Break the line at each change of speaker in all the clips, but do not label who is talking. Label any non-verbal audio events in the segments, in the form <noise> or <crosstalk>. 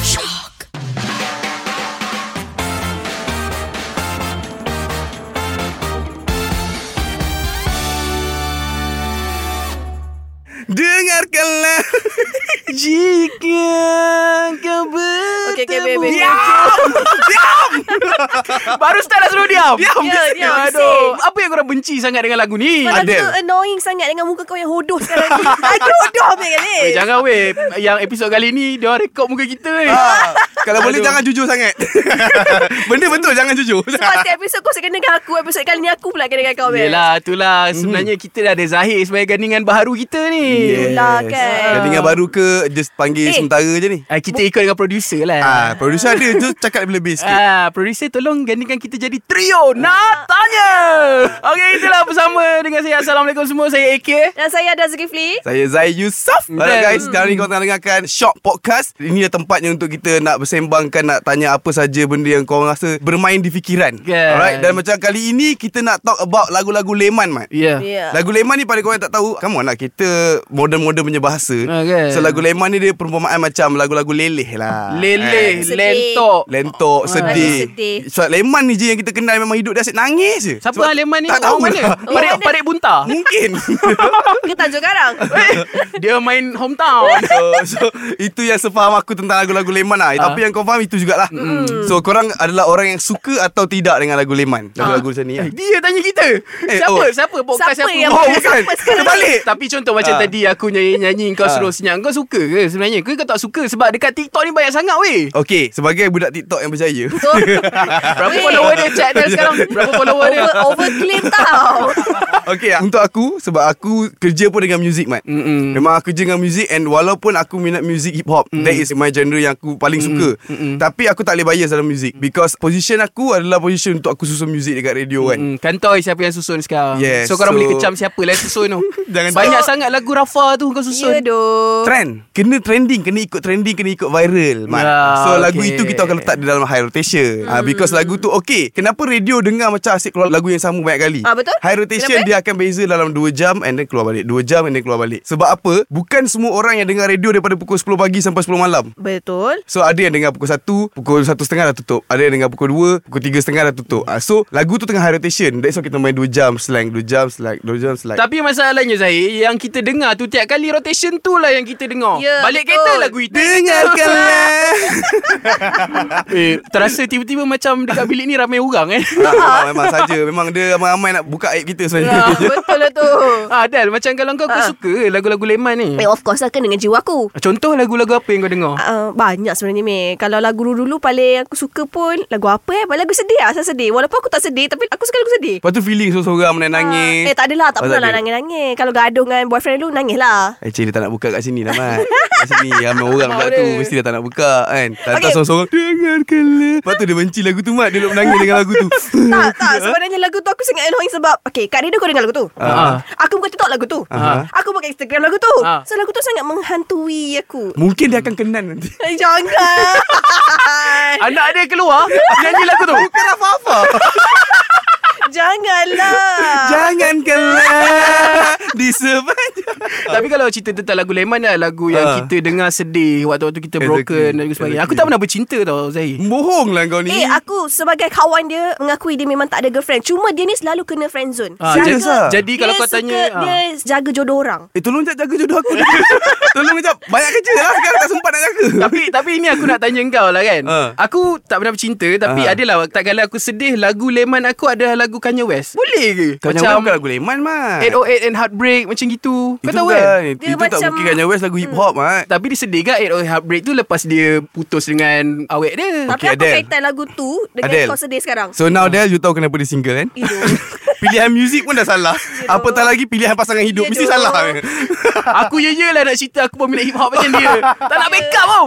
Shock.
Dengarkanlah
<laughs> Jika kau bertemu
Okey, okey, babe, babe.
<laughs> Baru start dah suruh diam
Diam
Ya, je. diam,
Aduh
bising.
Apa yang korang benci sangat dengan lagu ni
Kau
Adel.
Adel. annoying sangat dengan muka kau yang hodoh sekarang
<laughs>
ni. Aduh, hodoh ambil kali.
Eh jangan weh Yang episod kali ni Dia orang rekod muka kita ni
Ah, Kalau boleh
Aduh.
jangan jujur sangat <laughs> Benda betul jangan jujur
Sebab
<laughs>
setiap episod kau kena dengan aku. Episod kali ni aku pula kena dengan kau, Bel.
lah. Yelah
Hmm.
itulah Sebenarnya kita dah ada Zahir Sebagai gandingan baharu kita ni
Ya.
Itulah kan.
Gandingan baru ke Just panggil
Eh.
sementara je ni
Ah, Kita ikut dengan producer
Ah,
lah
Producer ada tu cakap lebih-lebih sikit
Ah, producer tolong gandingkan kita jadi trio Natanya Okey itulah bersama dengan saya Assalamualaikum semua Saya AK
Dan saya ada Zulkifli.
Saya Zai Yusof Alright guys Sekarang ni
Hmm.
korang tengah dengarkan Shock Podcast Ini dah tempatnya untuk kita Nak bersembangkan Nak tanya apa saja Benda yang korang rasa Bermain di fikiran
Kan.
Alright Dan macam kali ini Kita nak talk about Lagu-lagu leman Mat
Ya
Ya.
Lagu Leman ni pada korang yang tak tahu Come on lah Kita modern-modern punya bahasa
Ah, kan.
So lagu Leman ni Dia perumpamaan macam Lagu-lagu leleh lah
Leleh Oh,
Sedih.
Lentok
Eh, Lentok Sedih
Lagu sedih.
Sebab Leman ni je Yang kita kenal Memang hidup dia asyik nangis je
Siapa
Sebab
Sebab Aleman ni?
Tak tahu
orang mana?
lah.
Orang
Parik,
mana?
parik
<laughs>
bunta.
Mungkin
<laughs>
Ke Tanjung Karang.
Eh, dia main hometown.
so, so Itu yang sefaham aku Tentang lagu-lagu Leman lah Apa yang kau faham Itu jugalah So korang adalah orang yang Suka atau tidak Dengan lagu Leman Lagu-lagu macam ni kan
Dia tanya kita.
Eh,
siapa?
oh.
Siapa <laughs> podcast
Siapa
siapa?
yang <laughs>
Oh
Apa
bukan
sekarang?
Terbalik
Tapi contoh macam
Ah.
tadi aku nyanyi-nyanyi kau
Ah.
suruh senyap. Kau suka ke sebenarnya? Kau kau tak suka sebab dekat TikTok ni banyak sangat weh.
Okay Sebagai budak TikTok yang berjaya
So,
<laughs>
Ah.
Berapa
Weh.
follower dia chat
<laughs>
dia
<laughs>
sekarang? Berapa follower dia?
over, overclaim
<laughs>
tau.
Okay Untuk aku Sebab aku kerja pun dengan muzik Mat
Mm-mm.
Memang aku kerja dengan muzik And walaupun aku minat muzik hip hop That is my genre yang aku paling suka Tapi aku tak boleh bias dalam muzik Because position aku adalah position Untuk aku susun muzik dekat radio kan
Hmm, kantoi siapa yang susun sekarang
Yes,
So korang
so-
boleh kecam siapa lah yang susun tu
<laughs> Jangan
Banyak sangat lagu Rafa tu kau susun
Ya doh.
Trend Kena trending Kena ikut trending Kena ikut viral Mat.
Ya,
So lagu
okay.
itu kita akan letak Di dalam high rotation Ah, Because lagu tu Okay Kenapa radio dengar Macam asyik keluar lagu yang sama Banyak kali
Ah, betul.
High rotation
Kenapa?
dia akan beza Dalam 2 jam And then keluar balik 2 jam and then keluar balik Sebab apa Bukan semua orang yang dengar radio Daripada pukul 10 pagi Sampai 10 malam
Betul.
So ada yang dengar pukul 1 Pukul 1.30 dah tutup Ada yang dengar pukul 2 Pukul 3.30 dah tutup Ah, So lagu tu tengah high rotation That's why kita main 2 jam Slang 2 jam Slang 2 jam Slang
Tapi masalahnya Zahir Yang kita dengar tu Tiap kali rotation tu lah Yang kita dengar
Ya,
Balik
betul.
kereta lagu itu
Dengarkanlah <laughs> Ah.
Eh, terasa tiba-tiba macam dekat bilik ni ramai orang
<laughs>
eh.
Tak, memang, memang saja Memang dia ramai-ramai nak buka aib kita sebenarnya
Betul lah
<laughs>
tu.
Ah, Dal, macam kalau kau, kau
Ah.
suka ke lagu-lagu Leman ni?
Eh, of course lah kan dengan jiwa aku.
Contoh lagu-lagu apa yang kau dengar?
Uh, banyak sebenarnya Mei Kalau lagu dulu-dulu Paling aku suka pun Lagu apa eh Lagu sedih lah Saya sedih Walaupun aku tak sedih Tapi aku suka lagu sedih
Lepas tu feeling seorang-seorang menangis
Eh tak adalah Tak
Oh,
pernah
tak
lah
ada.
nangis-nangis Kalau gaduh dengan boyfriend dulu Nangis
<laughs>
lah
Eh cik dia tak nak buka kat sini lah Mat Kat sini ramai orang pula
Mak
tu
dia.
Mesti dia tak nak buka kan Tak okay.
Okay.
seorang-seorang Dengarkanlah Lepas tu dia benci lagu tu Mat Dia duduk menangis dengan lagu tu <laughs>
Tak tak Sebenarnya lagu tu Aku sangat annoying sebab Okay kat radio kau dengar lagu tu
Ah.
Aku buka TikTok lagu tu
Ah.
Aku buka Instagram lagu tu
Ah.
So lagu tu sangat menghantui aku
Mungkin dia akan kenan nanti
Eh, Jangan
<laughs>
Anak dia keluar nyanyi lagu tu.
Bukan apa-apa <laughs>
Janganlah
Jangankanlah Di sepanjang
<laughs> Tapi kalau cerita tentang lagu Leman lah lagu yang
Ah.
kita dengar sedih waktu-waktu kita
Exactly,
broken dan sebagainya. Aku
exactly.
tak pernah bercinta tau Zahir.
Bohong lah kau ni
Eh aku sebagai kawan dia Mengakui dia memang tak ada girlfriend Cuma dia ni selalu kena friendzone
Ah,
Serius
jadi,
ah?
jadi kalau
dia
kau
suka,
tanya ah.
Dia jaga jodoh orang
Eh tolong jap jaga jodoh aku Tolong jap Banyak kerja lah Sekarang tak sempat nak jaga
tapi tapi ini aku nak tanya kau lah kan.
Ah.
Aku tak pernah bercinta tapi
Ah.
adalah tak kala aku sedih lagu Leman aku adalah lagu Kanye West. Boleh ke?
Kau macam bukan lagu leman Mat
808 and Heartbreak macam gitu. Kau
Itu
tahu
bukan.
kan?
Itu
Dia
tak
macam-
mungkin Kanye West lagu hip hop Mat
Tapi dia sedih kan 808 Heartbreak tu lepas dia putus dengan awet dia.
<laughs>
Tapi
Okay,
aku
Adele.
kaitan lagu tu Dengan
Adele.
kau sedih sekarang
So now Del You tahu kenapa dia single kan
Hidup.
<laughs> Pilihan muzik pun dah salah Apatah lagi pilihan pasangan hidup
Ya,
Mesti
doh.
salah <laughs>
Aku ye lah nak cerita aku pemilik hip hop macam dia. Tak nak back up tau.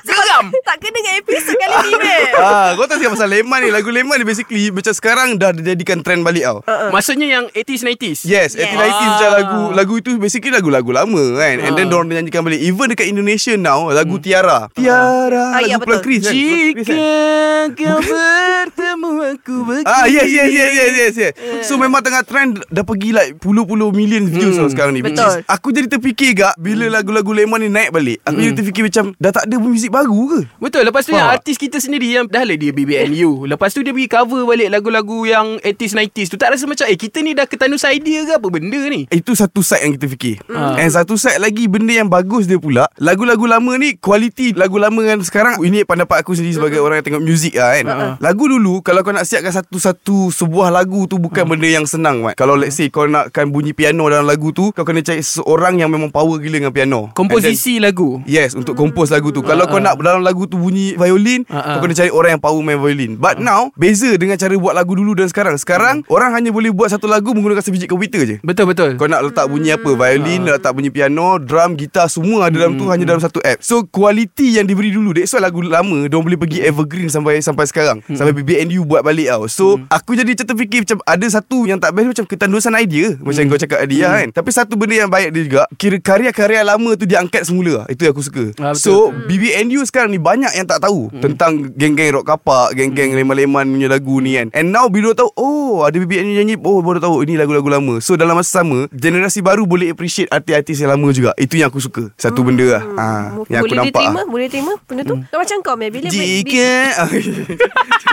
Geram.
<laughs> Tak kena dengan episod kali ni <laughs> Mel
ah, Kau tak cakap pasal Leman ni Lagu Leman ni basically Macam sekarang dah dijadikan trend balik tau
Maksudnya yang 80s 90s.
Yes, yes.
Yes.
80s ah. macam
Ah.
lagu Lagu itu basically lagu-lagu lama kan And then diorang nyanyikan balik Even dekat Indonesia now Lagu Tiara Tiara
Ah. Hmm. Ah,
Lagu
ya,
Pulang
betul.
Kris kan? Pulang Kris,
Jika
kan?
kau bertemu aku
<laughs> Ah yes yes yes yes yes. yes. So memang tengah trend Dah pergi like Puluh-puluh million views hmm. sekarang ni which
Betul.
is- Aku jadi terfikir gak Bila lagu-lagu Lemon ni naik balik Aku jadi terfikir macam Dah tak ada muzik baru ke
Betul Lepas tu
Faham
yang
tak?
artis kita sendiri Yang dah lah dia BBNU Lepas tu dia pergi cover balik Lagu-lagu yang 80s 90s tu Tak rasa macam Eh kita ni dah ketanus idea ke Apa benda ni
Itu satu side yang kita fikir
Ah.
And satu side lagi Benda yang bagus dia pula Lagu-lagu lama ni Kualiti lagu lama dengan sekarang Ini pendapat aku sendiri Sebagai orang yang tengok muzik lah kan Lagu dulu Kalau kau nak siapkan satu-satu Sebuah lagu tu Bukan benda yang senang Mat. Kalau let's say Kau nakkan bunyi piano dalam lagu tu Kau kena cari seorang Yang memang power gila dengan piano And then-
Komposisi lagu
Yes untuk kompos lagu tu Kalau kau nak dalam lagu tu bunyi violin
Hmm. Ah, ah.
Kau kena cari orang yang power main violin But now Beza dengan cara buat lagu dulu dan sekarang Sekarang
Hmm.
orang hanya boleh buat satu lagu Menggunakan sebiji komputer je
Betul-betul
kau nak letak bunyi
Hmm.
apa Violin nak Letak bunyi piano Drum Gitar Semua ada dalam tu Hanya
Hmm.
dalam satu app So kualiti yang diberi dulu That's why lagu lama Diorang boleh pergi evergreen Sampai sampai sekarang
Hmm.
Sampai BBNU buat balik tau So aku jadi macam terfikir Macam ada satu yang tak best Macam ketandusan idea Macam
Hmm.
kau cakap Adia kan Tapi satu benda yang baik dia juga Kira karya-karya lama tu Dia angkat semula Itu yang aku suka
Ah, betul.
So BBNU sekarang ni banyak yang tak tahu hmm. tentang geng-geng rock kapak, geng-geng leman-leman punya lagu ni kan. And now bila tahu, oh ada BBNU nyanyi, oh baru tahu ini lagu-lagu lama. So dalam masa sama, generasi baru boleh appreciate artis-artis yang lama juga. Itu yang aku suka. Satu benda lah. Ha, yang aku
Ah, boleh
nampak.
diterima
lah.
Boleh diterima Benda tu hmm. Macam kau Mel Bila
Jika
<laughs>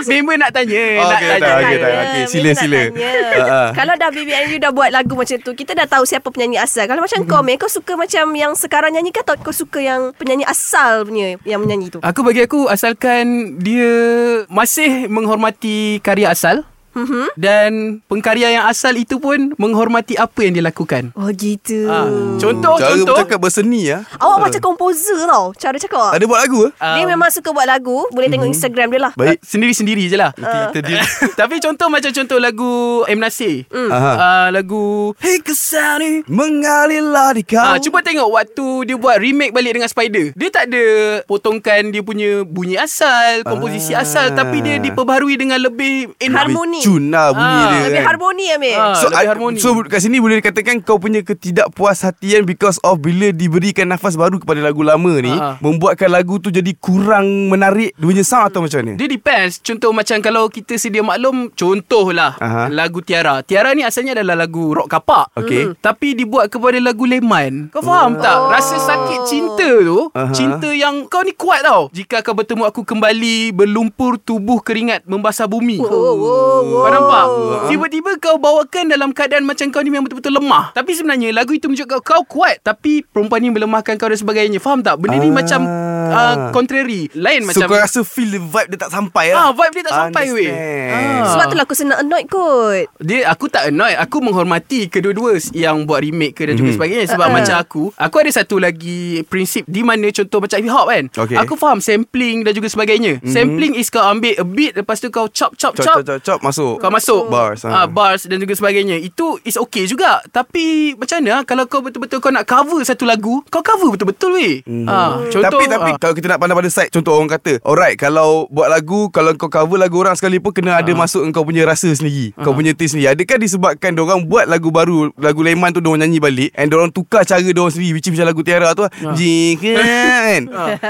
Member nak tanya
Oh,
Nak
okay,
tanya
tak, okay, tak. okey. Sila,
Mel tak
sila. <laughs>
tanya.
Ha, ha.
Kalau dah BBNU dah buat lagu macam tu Kita dah tahu siapa penyanyi asal Kalau macam kau
Hmm.
Mel Kau suka macam yang sekarang nyanyi ke Atau kau suka yang penyanyi asal punya Yang menyanyi tu
Ah.
Aku bagi aku asalkan dia masih menghormati karya asal mm-hmm. dan pengkarya yang asal itu pun menghormati apa yang dia lakukan.
Oh gitu
Ha.
Ah. Hmm.
Contoh
Cara
contoh
bercakap berseni ya. lah.
Awak macam komposer tau Cara cakap
Ada buat lagu lah.
Dia
Um,
memang suka buat lagu Boleh tengok Instagram dia lah
Hmm. Baik.
Ah, sendiri-sendiri je lah.
Kita deal.
<laughs> Tapi contoh macam contoh lagu M Nasir. Mm.
Aha.
Uh, lagu Hey Kesani.
Mengalirlah di kau.
Ah, cuba tengok waktu dia buat remake balik dengan Spider. Dia tak ada potongkan dia punya bunyi asal, komposisi
Ah.
asal tapi dia diperbaharui dengan lebih enhance.
Harmoni
Cun lah bunyi
Ah,
dia.
Lebih
kan.
harmoni ya Mel
Ah,
So,
lebih
I-
harmoni.
so kat sini boleh dikatakan kau punya ketidakpuas hatian because of bila diberikan nafas baru kepada lagu lama ni
Ha.
membuatkan lagu tu jadi kurang menarik dia punya sound atau macam mana?
Dia depends Contoh macam kalau kita sedia maklum Contohlah
Aha.
Aha. Lagu Tiara Tiara ni asalnya adalah lagu rock kapak
Okey.
Mhm. Tapi dibuat kepada lagu leman Kau faham oh. tak? Rasa sakit cinta tu
Aha.
Cinta yang kau ni kuat tau Jika kau bertemu aku kembali Berlumpur tubuh keringat Membasah bumi
Oh, oh, oh.
Kau nampak? Tiba-tiba kau bawakan dalam keadaan macam kau ni memang betul-betul lemah. Tapi sebenarnya lagu itu menunjukkan kau kuat. Tapi perempuan ni melemahkan kau dan sebagainya. Faham tak? Benda ni
Ah.
macam uh, contrary. Lain
So
macam...
kau rasa feel the vibe dia tak sampai
Ah,
lah
vibe dia tak sampai weh.
Understand.
Ah.
Sebab tu lah aku senang annoyed kot
Dia aku tak annoyed Aku menghormati kedua-dua Yang buat remake ke dan juga
Mm-hmm.
sebagainya Sebab
Uh-uh.
macam aku Aku ada satu lagi prinsip Di mana contoh macam hip hop kan
Okey.
Aku faham sampling dan juga sebagainya Sampling is kau ambil a beat Lepas tu kau chop chop
Mm-hmm. Chop,
chop,
chop, chop, chop, masuk
Kau masuk
Bars
ah,
ha.
Bars dan juga sebagainya Itu is okay juga Tapi macam mana ah, Kalau kau betul-betul kau nak cover satu lagu Kau cover betul-betul weh ah,
Hmm.
Contoh
Mm-hmm. tapi tapi
ah,
kalau kita nak pandang pada side contoh orang kata alright kalau buat lagu kalau kau cover lagu orang sekali pun kena
Ah.
ada masuk kau punya rasa sendiri kau punya taste sendiri adakah disebabkan orang buat lagu baru lagu leman tu orang nyanyi balik and orang tukar cara orang sendiri which is macam lagu Tiara
Ah.
tu lah, jika kan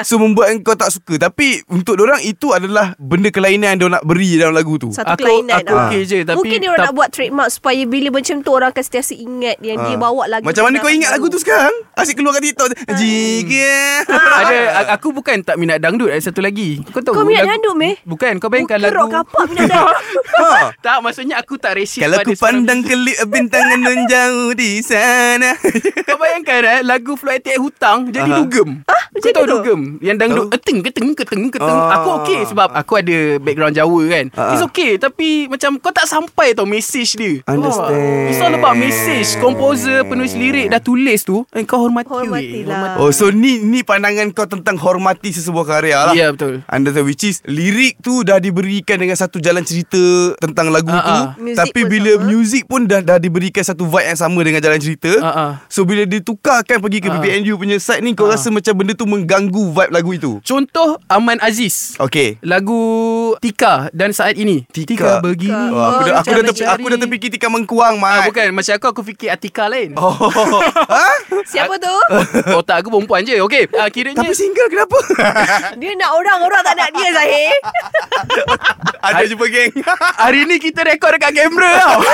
so membuat kau tak suka tapi untuk orang itu adalah benda kelainan yang dia nak beri dalam lagu tu
Satu
Aku-
kelainan
aku
ah.
okey je, tapi-
Mungkin dia orang
tap-
nak buat trademark Supaya bila macam tu Orang akan sentiasa ingat Yang dia
Ah.
bawa lagu Ah.
Macam mana
dengan
kau ingat lagu tu sekarang? Asyik keluar kat TikTok Jika
ada a- aku bukan tak minat dangdut ada satu lagi. Kau tahu
Kau minat
lagu-
dangdut, meh?
Bukan kau bayangkan
Bukan
lagu
rock kapak Minat
<laughs>
dangdut
Ha.
Tak maksudnya aku tak racist
Kalau
pada
aku
seorang-
pandang kelip bintangan nun jauh di sana.
Kau bayangkan eh Lagu Floyd Tiek Hutang Jadi
Aha.
dugem ah, Kau
macam mana
tahu
tu?
dugem Yang dangdut
Tahu.
Keteng keteng keteng keteng
Ah.
Aku okey sebab Aku ada background Jawa kan
Ah,
It's
ah.
okay Tapi macam Kau tak sampai tau Message dia
Understand.
Wah, It's all about message Komposer Penulis lirik Dah tulis tu eh, Kau hormati weh.
Hormatilah
Oh so ni ni pandangan kau tentang hormati sesebuah karya lah.
Ya, betul.
Understand which is lirik tu dah diberikan dengan satu jalan cerita tentang lagu
Ah, ah.
tu
Music
tapi
pun
bila
sama.
music pun dah dah diberikan satu vibe yang sama dengan jalan cerita.
Ah, ah.
So bila ditukarkan pergi ke
Ah, ah.
BBNU punya side ni kau rasa macam benda tu mengganggu vibe lagu itu.
Contoh Aman Aziz.
Okay.
Lagu Tika dan saat ini.
Tika.
begini.
Tika.
Wah, aku
Oh,
dah aku dah
macam
terpi, aku dah terfikir tika mengkuang mat.
Ah, bukan macam aku aku fikir Atika lain. Oh.
Oh. ha?
Siapa tu?
<laughs> Otak aku perempuan je. Okey. Ah, kiranya
Tapi single kenapa?
Dia nak orang Orang tak nak dia Zahir
<laughs> Ada jumpa geng.
<laughs> <laughs> hari ni kita rekod dekat kamera tau. <laughs>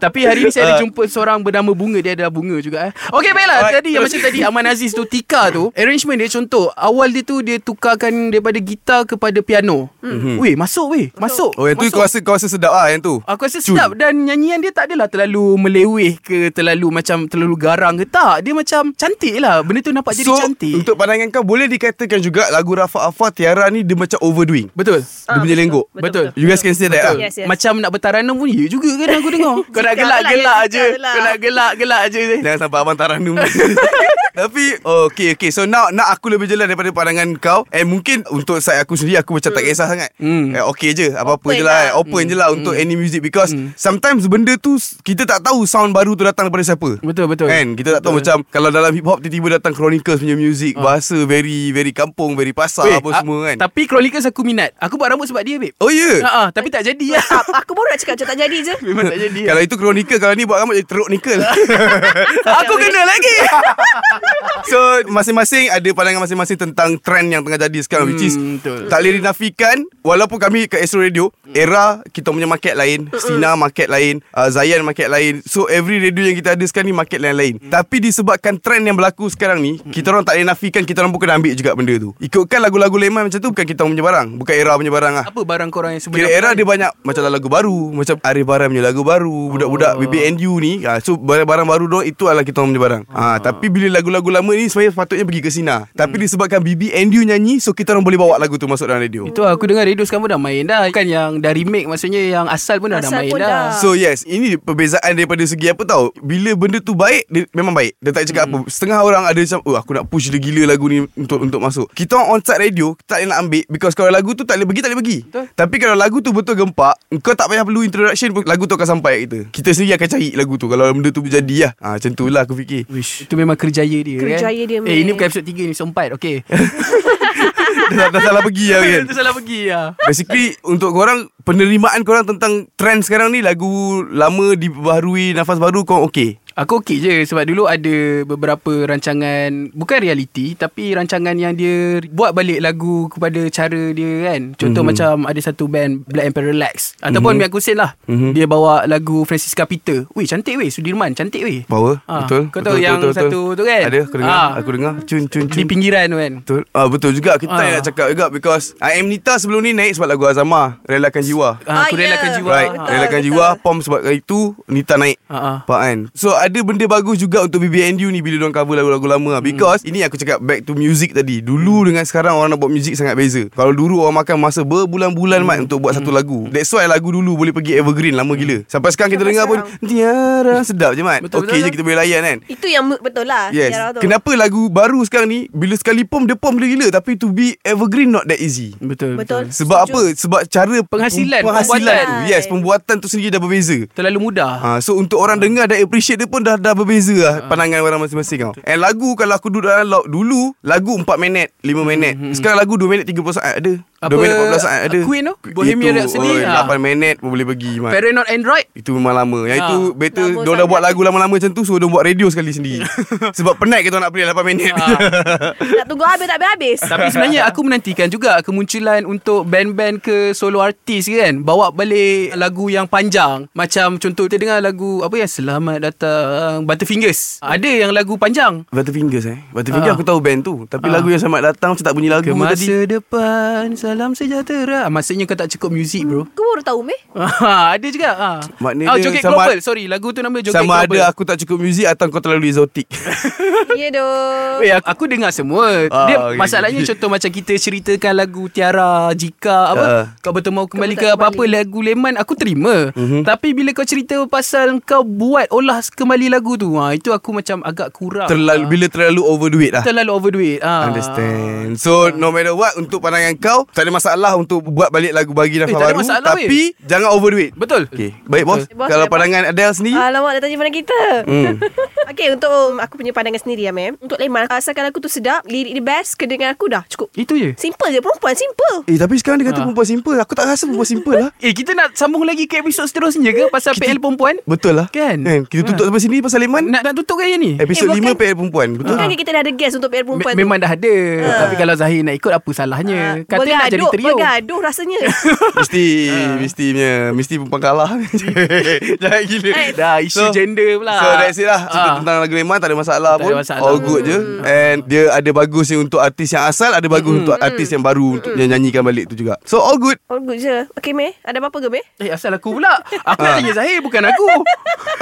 Tapi hari ni saya ada jumpa seorang bernama Bunga Dia ada bunga juga eh. Okey baiklah
Ah. Alright,
Tadi
terus.
macam tadi Aman Aziz tu Tika tu Arrangement dia contoh Awal dia tu Dia tukarkan daripada gitar Kepada piano mm-hmm. Weh masuk weh Masuk
Mhm. Oh yang tu
masuk.
kau rasa kau rasa sedap ah yang tu.
Aku rasa
Cun.
sedap Dan nyanyian dia tak adalah terlalu meleweh ke Terlalu macam terlalu garang ke Tak Dia macam cantik lah Benda tu nampak jadi
so,
cantik
Untuk pandangan kau boleh dikatakan juga lagu Rafa Afa Tiara ni dia macam overdoing.
Betul
Dia punya lenggok.
Ah, Betul.
You guys can say that.
Betul.
ah.
Yes, yes.
Macam nak bertarannum pun Ya juga kan aku dengar <laughs> Kau nak
Cita lah,
gelak-gelak
ya,
je
cita lah.
Kau nak gelak-gelak je
Jangan sampai abang taranum <laughs> Tapi Okay okay So now Nak aku lebih jelas Daripada pandangan kau And mungkin Untuk side aku sendiri Aku macam tak kisah sangat
Hmm.
eh, Okay je Apa-apa
Open
je lah eh.
lah.
Open je lah Untuk any music Because
Hmm.
Sometimes benda tu Kita tak tahu Sound baru tu datang Daripada siapa
Betul, betul. Ah.
Kan Kita tak tahu macam Kalau dalam hip hop Tiba-tiba datang Chronicles punya music Bahasa very Very kampung Very pasar
Weh, ah,
Apa
a-
semua kan
Tapi Chronicles aku minat Aku buat rambut sebab dia babe
Oh ya yeah.
Ha ah, tapi tak jadi lah.
Ah, Aku baru nak cakap Macam tak jadi je
<laughs> Memang tak jadi. lah.
Kalau itu Chronicle Kalau ni buat rambut Jadi teruk
<laughs>
Nickel
aku kena <laughs> lagi.
So masing-masing ada pandangan masing-masing tentang trend yang tengah jadi sekarang hmm, which is
betul. Hmm.
tak boleh dinafikan walaupun kami kat Astro Radio era kita punya market lain, Sina market lain, uh, Zayan market lain. So every radio yang kita ada sekarang ni market lain-lain.
Hmm.
Tapi disebabkan trend yang berlaku sekarang ni, kita orang tak boleh nafikan kita orang pun kena ambil juga benda tu. Ikutkan lagu-lagu lemah macam tu bukan kita orang punya barang, bukan era punya barang ah.
Apa barang korang yang
Kira
sebenarnya?
era dia banyak Macam lagu baru Macam Arif Baran punya lagu baru
Oh.
Budak-budak BBNU ni ha, So barang-barang baru dong Itu adalah kita orang punya barang ha,
Ah.
Tapi bila lagu-lagu lama ni Sebenarnya sepatutnya pergi ke Sina Tapi
Hmm.
disebabkan BBNU nyanyi So kita orang boleh bawa lagu tu Masuk dalam radio
Itu aku dengar radio sekarang pun dah main dah. Bukan yang dah remake maksudnya yang asal pun dah, dah
Asal
main
pun
dah.
dah.
So yes Ini perbezaan daripada segi apa tau Bila benda tu baik dia Memang baik Dia tak cakap apa Setengah orang ada macam Oh aku nak push dia gila lagu ni Untuk untuk masuk Kita orang onsite radio Tak boleh nak ambil Because kalau lagu tu tak boleh pergi Tak boleh pergi
Betul.
Tapi kalau lagu tu betul gempak Kau tak payah perlu introduction pun Lagu tu akan sampai kat kita Kita sendiri akan cari lagu tu Kalau benda tu jadi lah ha, Macam tu lah aku fikir
<laughs> Wish. Itu memang kerjaya dia
Kerjaya
kan?
dia,
Eh
mate.
ini bukan episod 3 ni Episod 4 Okay
dah, dah salah pergi lah kan
<laughs> Itu salah pergi ya.
Basically untuk korang Penerimaan korang tentang Trend sekarang ni Lagu lama diperbaharui Nafas baru korang okay
Aku okey je sebab dulu ada beberapa rancangan bukan reality tapi rancangan yang dia buat balik lagu kepada cara dia kan. Contoh mm-hmm. macam ada satu band Black and Parallax ataupun mm-hmm. Miak Hussein lah. Mm-hmm. Dia bawa lagu Francisca Peter. Weh cantik weh Sudirman cantik weh.
Power ha,
Ah,
Betul
Kau tahu
betul,
yang
betul, betul,
satu tu kan?
Ada aku dengar
Ah,
Aku dengar Cun cun cun
Di pinggiran tu kan.
Betul ah, Betul juga Kita tak
Ah.
nak cakap juga Because I am Nita sebelum ni naik Sebab lagu Azama Relakan Jiwa
Ah,
Ah,
aku
ya.
relakan jiwa.
Right
Ah,
betul,
Relakan
betul.
Jiwa Pom sebab itu Nita naik
Ah, ah.
Faham kan So ada benda bagus juga Untuk BBNU ni Bila diorang cover lagu-lagu lama
Hmm.
lah. Because Ini aku cakap back to music tadi Dulu dengan sekarang Orang nak buat music sangat beza Kalau dulu orang makan masa Berbulan-bulan
Hmm.
mat Untuk buat satu lagu That's why lagu dulu Boleh pergi evergreen Lama gila Sampai sekarang kita
Sampai
dengar pun Tiara Sedap je mat
Hmm. Betul,
Okay
betul.
je kita boleh layan kan
Itu yang mu- betul lah
Yes
Tiara tu.
Kenapa lagu baru sekarang ni Bila sekali pom Dia pom gila-gila Tapi to be evergreen Not that easy
Betul. Betul.
Betul.
Sebab
Setuju.
apa Sebab cara
Penghasilan,
Penghasilan
pembuatan.
tu Yes Pembuatan tu sendiri dah berbeza
Terlalu mudah.
Ha, so untuk orang dengar dan appreciate dia pun dah dah berbeza lah
Ha.
pandangan orang masing-masing kau. And lagu kalau aku duduk dalam laut dulu lagu 4 minit, 5 minit. Sekarang lagu 2 minit 30 saat ada.
Hmm, Apa,
2 minit 14 saat ada.
Queen tu? Bohemian Rhapsody,
Oh,
ah.
8 minit pun boleh pergi man.
Parent on Android.
Itu memang lama Yang
Ha.
itu Better
Lama
Dia dah
sangat.
buat lagu lama-lama macam tu So dia buat radio sekali
<laughs>
sendiri Sebab penat kita nak play 8 minit
Ah.
Nak tunggu habis tak habis
Tapi sebenarnya aku menantikan juga kemunculan untuk band-band ke solo artis ke kan bawa balik lagu yang panjang macam contoh kita dengar lagu apa ya selamat datang Butterfingers ada yang lagu panjang
<laughs> Butterfingers eh Butterfingers
Ah.
aku tahu band tu Tapi
Ah.
lagu yang selamat datang Macam tak bunyi lagu
ke
tadi
masa depan salam sejahtera Ah, maksudnya kau tak cukup muzik bro
Aku baru tahu meh
<laughs> Ah, ada juga ah.
Maknanya
oh,
dia
Joget
sama-
Global sorry lagu tu nama Joget
Sama ada
Global
aku tak cukup muzik Atau kau terlalu
<laughs>
exotic
Ya doh
Eh, aku, aku dengar semua
Ah,
dia,
okey,
Masalahnya
okey.
contoh macam kita ceritakan lagu Tiara Jika apa
Ah.
Kau bertemu kembali
tak
ke
kembali.
apa-apa lagu Leman Aku terima
Mhm.
Tapi bila kau cerita pasal kau buat olah kembali lagu tu ha, Itu aku macam agak kurang Ah,
terlalu bila terlalu overdo it lah.
Terlalu overdo it ha.
Understand So no matter what Untuk pandangan kau Tak ada masalah untuk buat balik lagu bagi
Eh,
nafas
tak ada
baru
masalah,
Tapi jangan overdo it
Betul. Ah.
okay. Baik bos
Betul. Bos,
Kalau
baik,
pandangan Adele sendiri
Alamak dah tanya pada kita <laughs>
Hmm.
Okay untuk um, Aku punya pandangan sendiri ya, ma'am Untuk Leman Asalkan aku tu sedap Lirik dia best Kedengaran aku dah cukup
Itu je
Simple je perempuan Simple
Eh tapi sekarang dia kata
Ha.
perempuan simple Aku tak rasa perempuan simple lah
Eh kita nak sambung lagi ke episod seterusnya ke Pasal PL perempuan
Betul lah
Kan?
eh, Kita tutup sampai sini pasal Leman
Nak, nak tutup ke yang ni
Episod
Eh,
5
bukan-
PL perempuan Betul?
Bukan kita dah ada guest Untuk PR perempuan tu?
Ah. Me-
Ah,
Memang dah ada Tapi kalau Zahir nak ikut Apa salahnya Kata nak jadi
bergaduh,
trio
Bergaduh rasanya
Ah.
Mesti Mesti punya Mesti perempuan kalah <laughs> Jangan gila
<laughs> Dah isu
So-
gender pula
So that's it lah Cerita
Ah.
tentang lagu Leman Tak ada masalah
Tak ada
pun
masalah. Hmm.
All good je And dia ada bagus ni Untuk artis yang asal Ada bagus untuk artis yang baru Untuk
Hmm.
yang nyanyikan balik tu juga So all good
All good je Okay Meh Ada apa-apa ke Meh?
Eh asal aku pula Aku nak tanya Zahir Bukan aku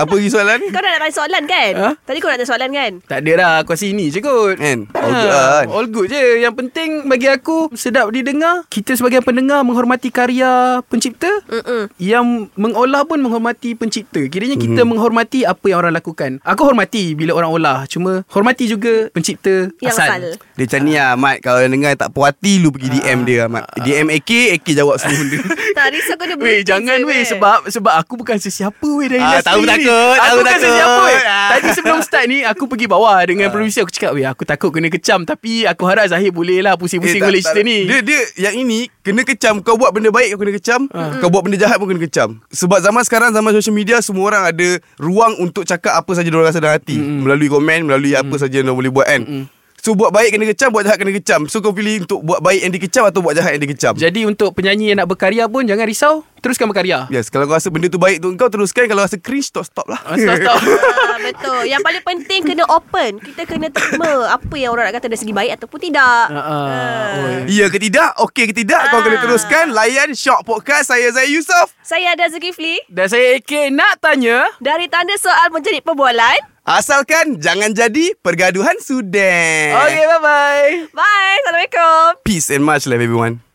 Apa lagi soalan ni?
Kau dah nak tanya soalan kan?
Ha?
Tadi kau nak tanya soalan kan?
Tak ada lah Aku rasa ini je kot Ah,
Kan? All good lah kan?
All good je Yang penting bagi aku Sedap didengar Kita sebagai pendengar Menghormati karya pencipta
Mm-mm.
Yang mengolah pun Menghormati pencipta Kiranya kita
Mm-hmm.
menghormati Apa yang orang lakukan Aku hormati Bila orang olah Cuma hormati juga Pencipta
Yang asal.
asal,
Dia macam ni lah Mat Kalau yang dengar tak puas hati Lu pergi DM dia lah, Mat DM AK AK jawab semua benda <laughs>
Tak risau kau dia
<laughs>
bully
Weh jangan
je,
weh Sebab sebab aku bukan sesiapa weh dari
Ah,
industri
tahu
ni.
takut,
Aku
tahu
bukan
takut.
sesiapa weh
Ah.
Tadi sebelum start ni Aku pergi bawah Dengan producer aku cakap Weh aku takut kena kecam Tapi aku harap Zahir boleh lah Pusing-pusing
Eh, tak-
boleh
tak-
cerita ni
Dia dia yang ini kena kecam. Kau buat benda baik kau kena kecam,
Ha.
kau buat benda jahat pun kena kecam. Sebab zaman sekarang zaman social media semua orang ada ruang untuk cakap apa saja dia orang rasa dalam hati melalui komen, melalui apa saja dia boleh buat kan. So buat baik kena kecam, buat jahat kena kecam. So kau pilih untuk buat baik yang dikecam atau buat jahat yang dikecam.
Jadi untuk penyanyi yang nak berkarya pun jangan risau, teruskan berkarya. <laughs>
Yes, kalau kau rasa benda tu baik tu kau teruskan, kalau rasa cringe stop stop lah.
Ah, Stop stop.
Ah, betul. Yang paling penting kena open. Kita kena terima apa yang orang nak kata dari segi baik ataupun tidak.
Ah, ah. Oi.
<laughs> Ya ke tidak? Okey ke tidak? Kau kena
Ah.
teruskan layan Shock Podcast saya Zai Yusof.
Saya ada Zulkifli
Dan saya AK nak tanya
dari tanda soal menjadi perbualan.
Asalkan jangan jadi pergaduhan sudah.
Okay bye bye
Bye. Assalamualaikum.
Peace and much love everyone.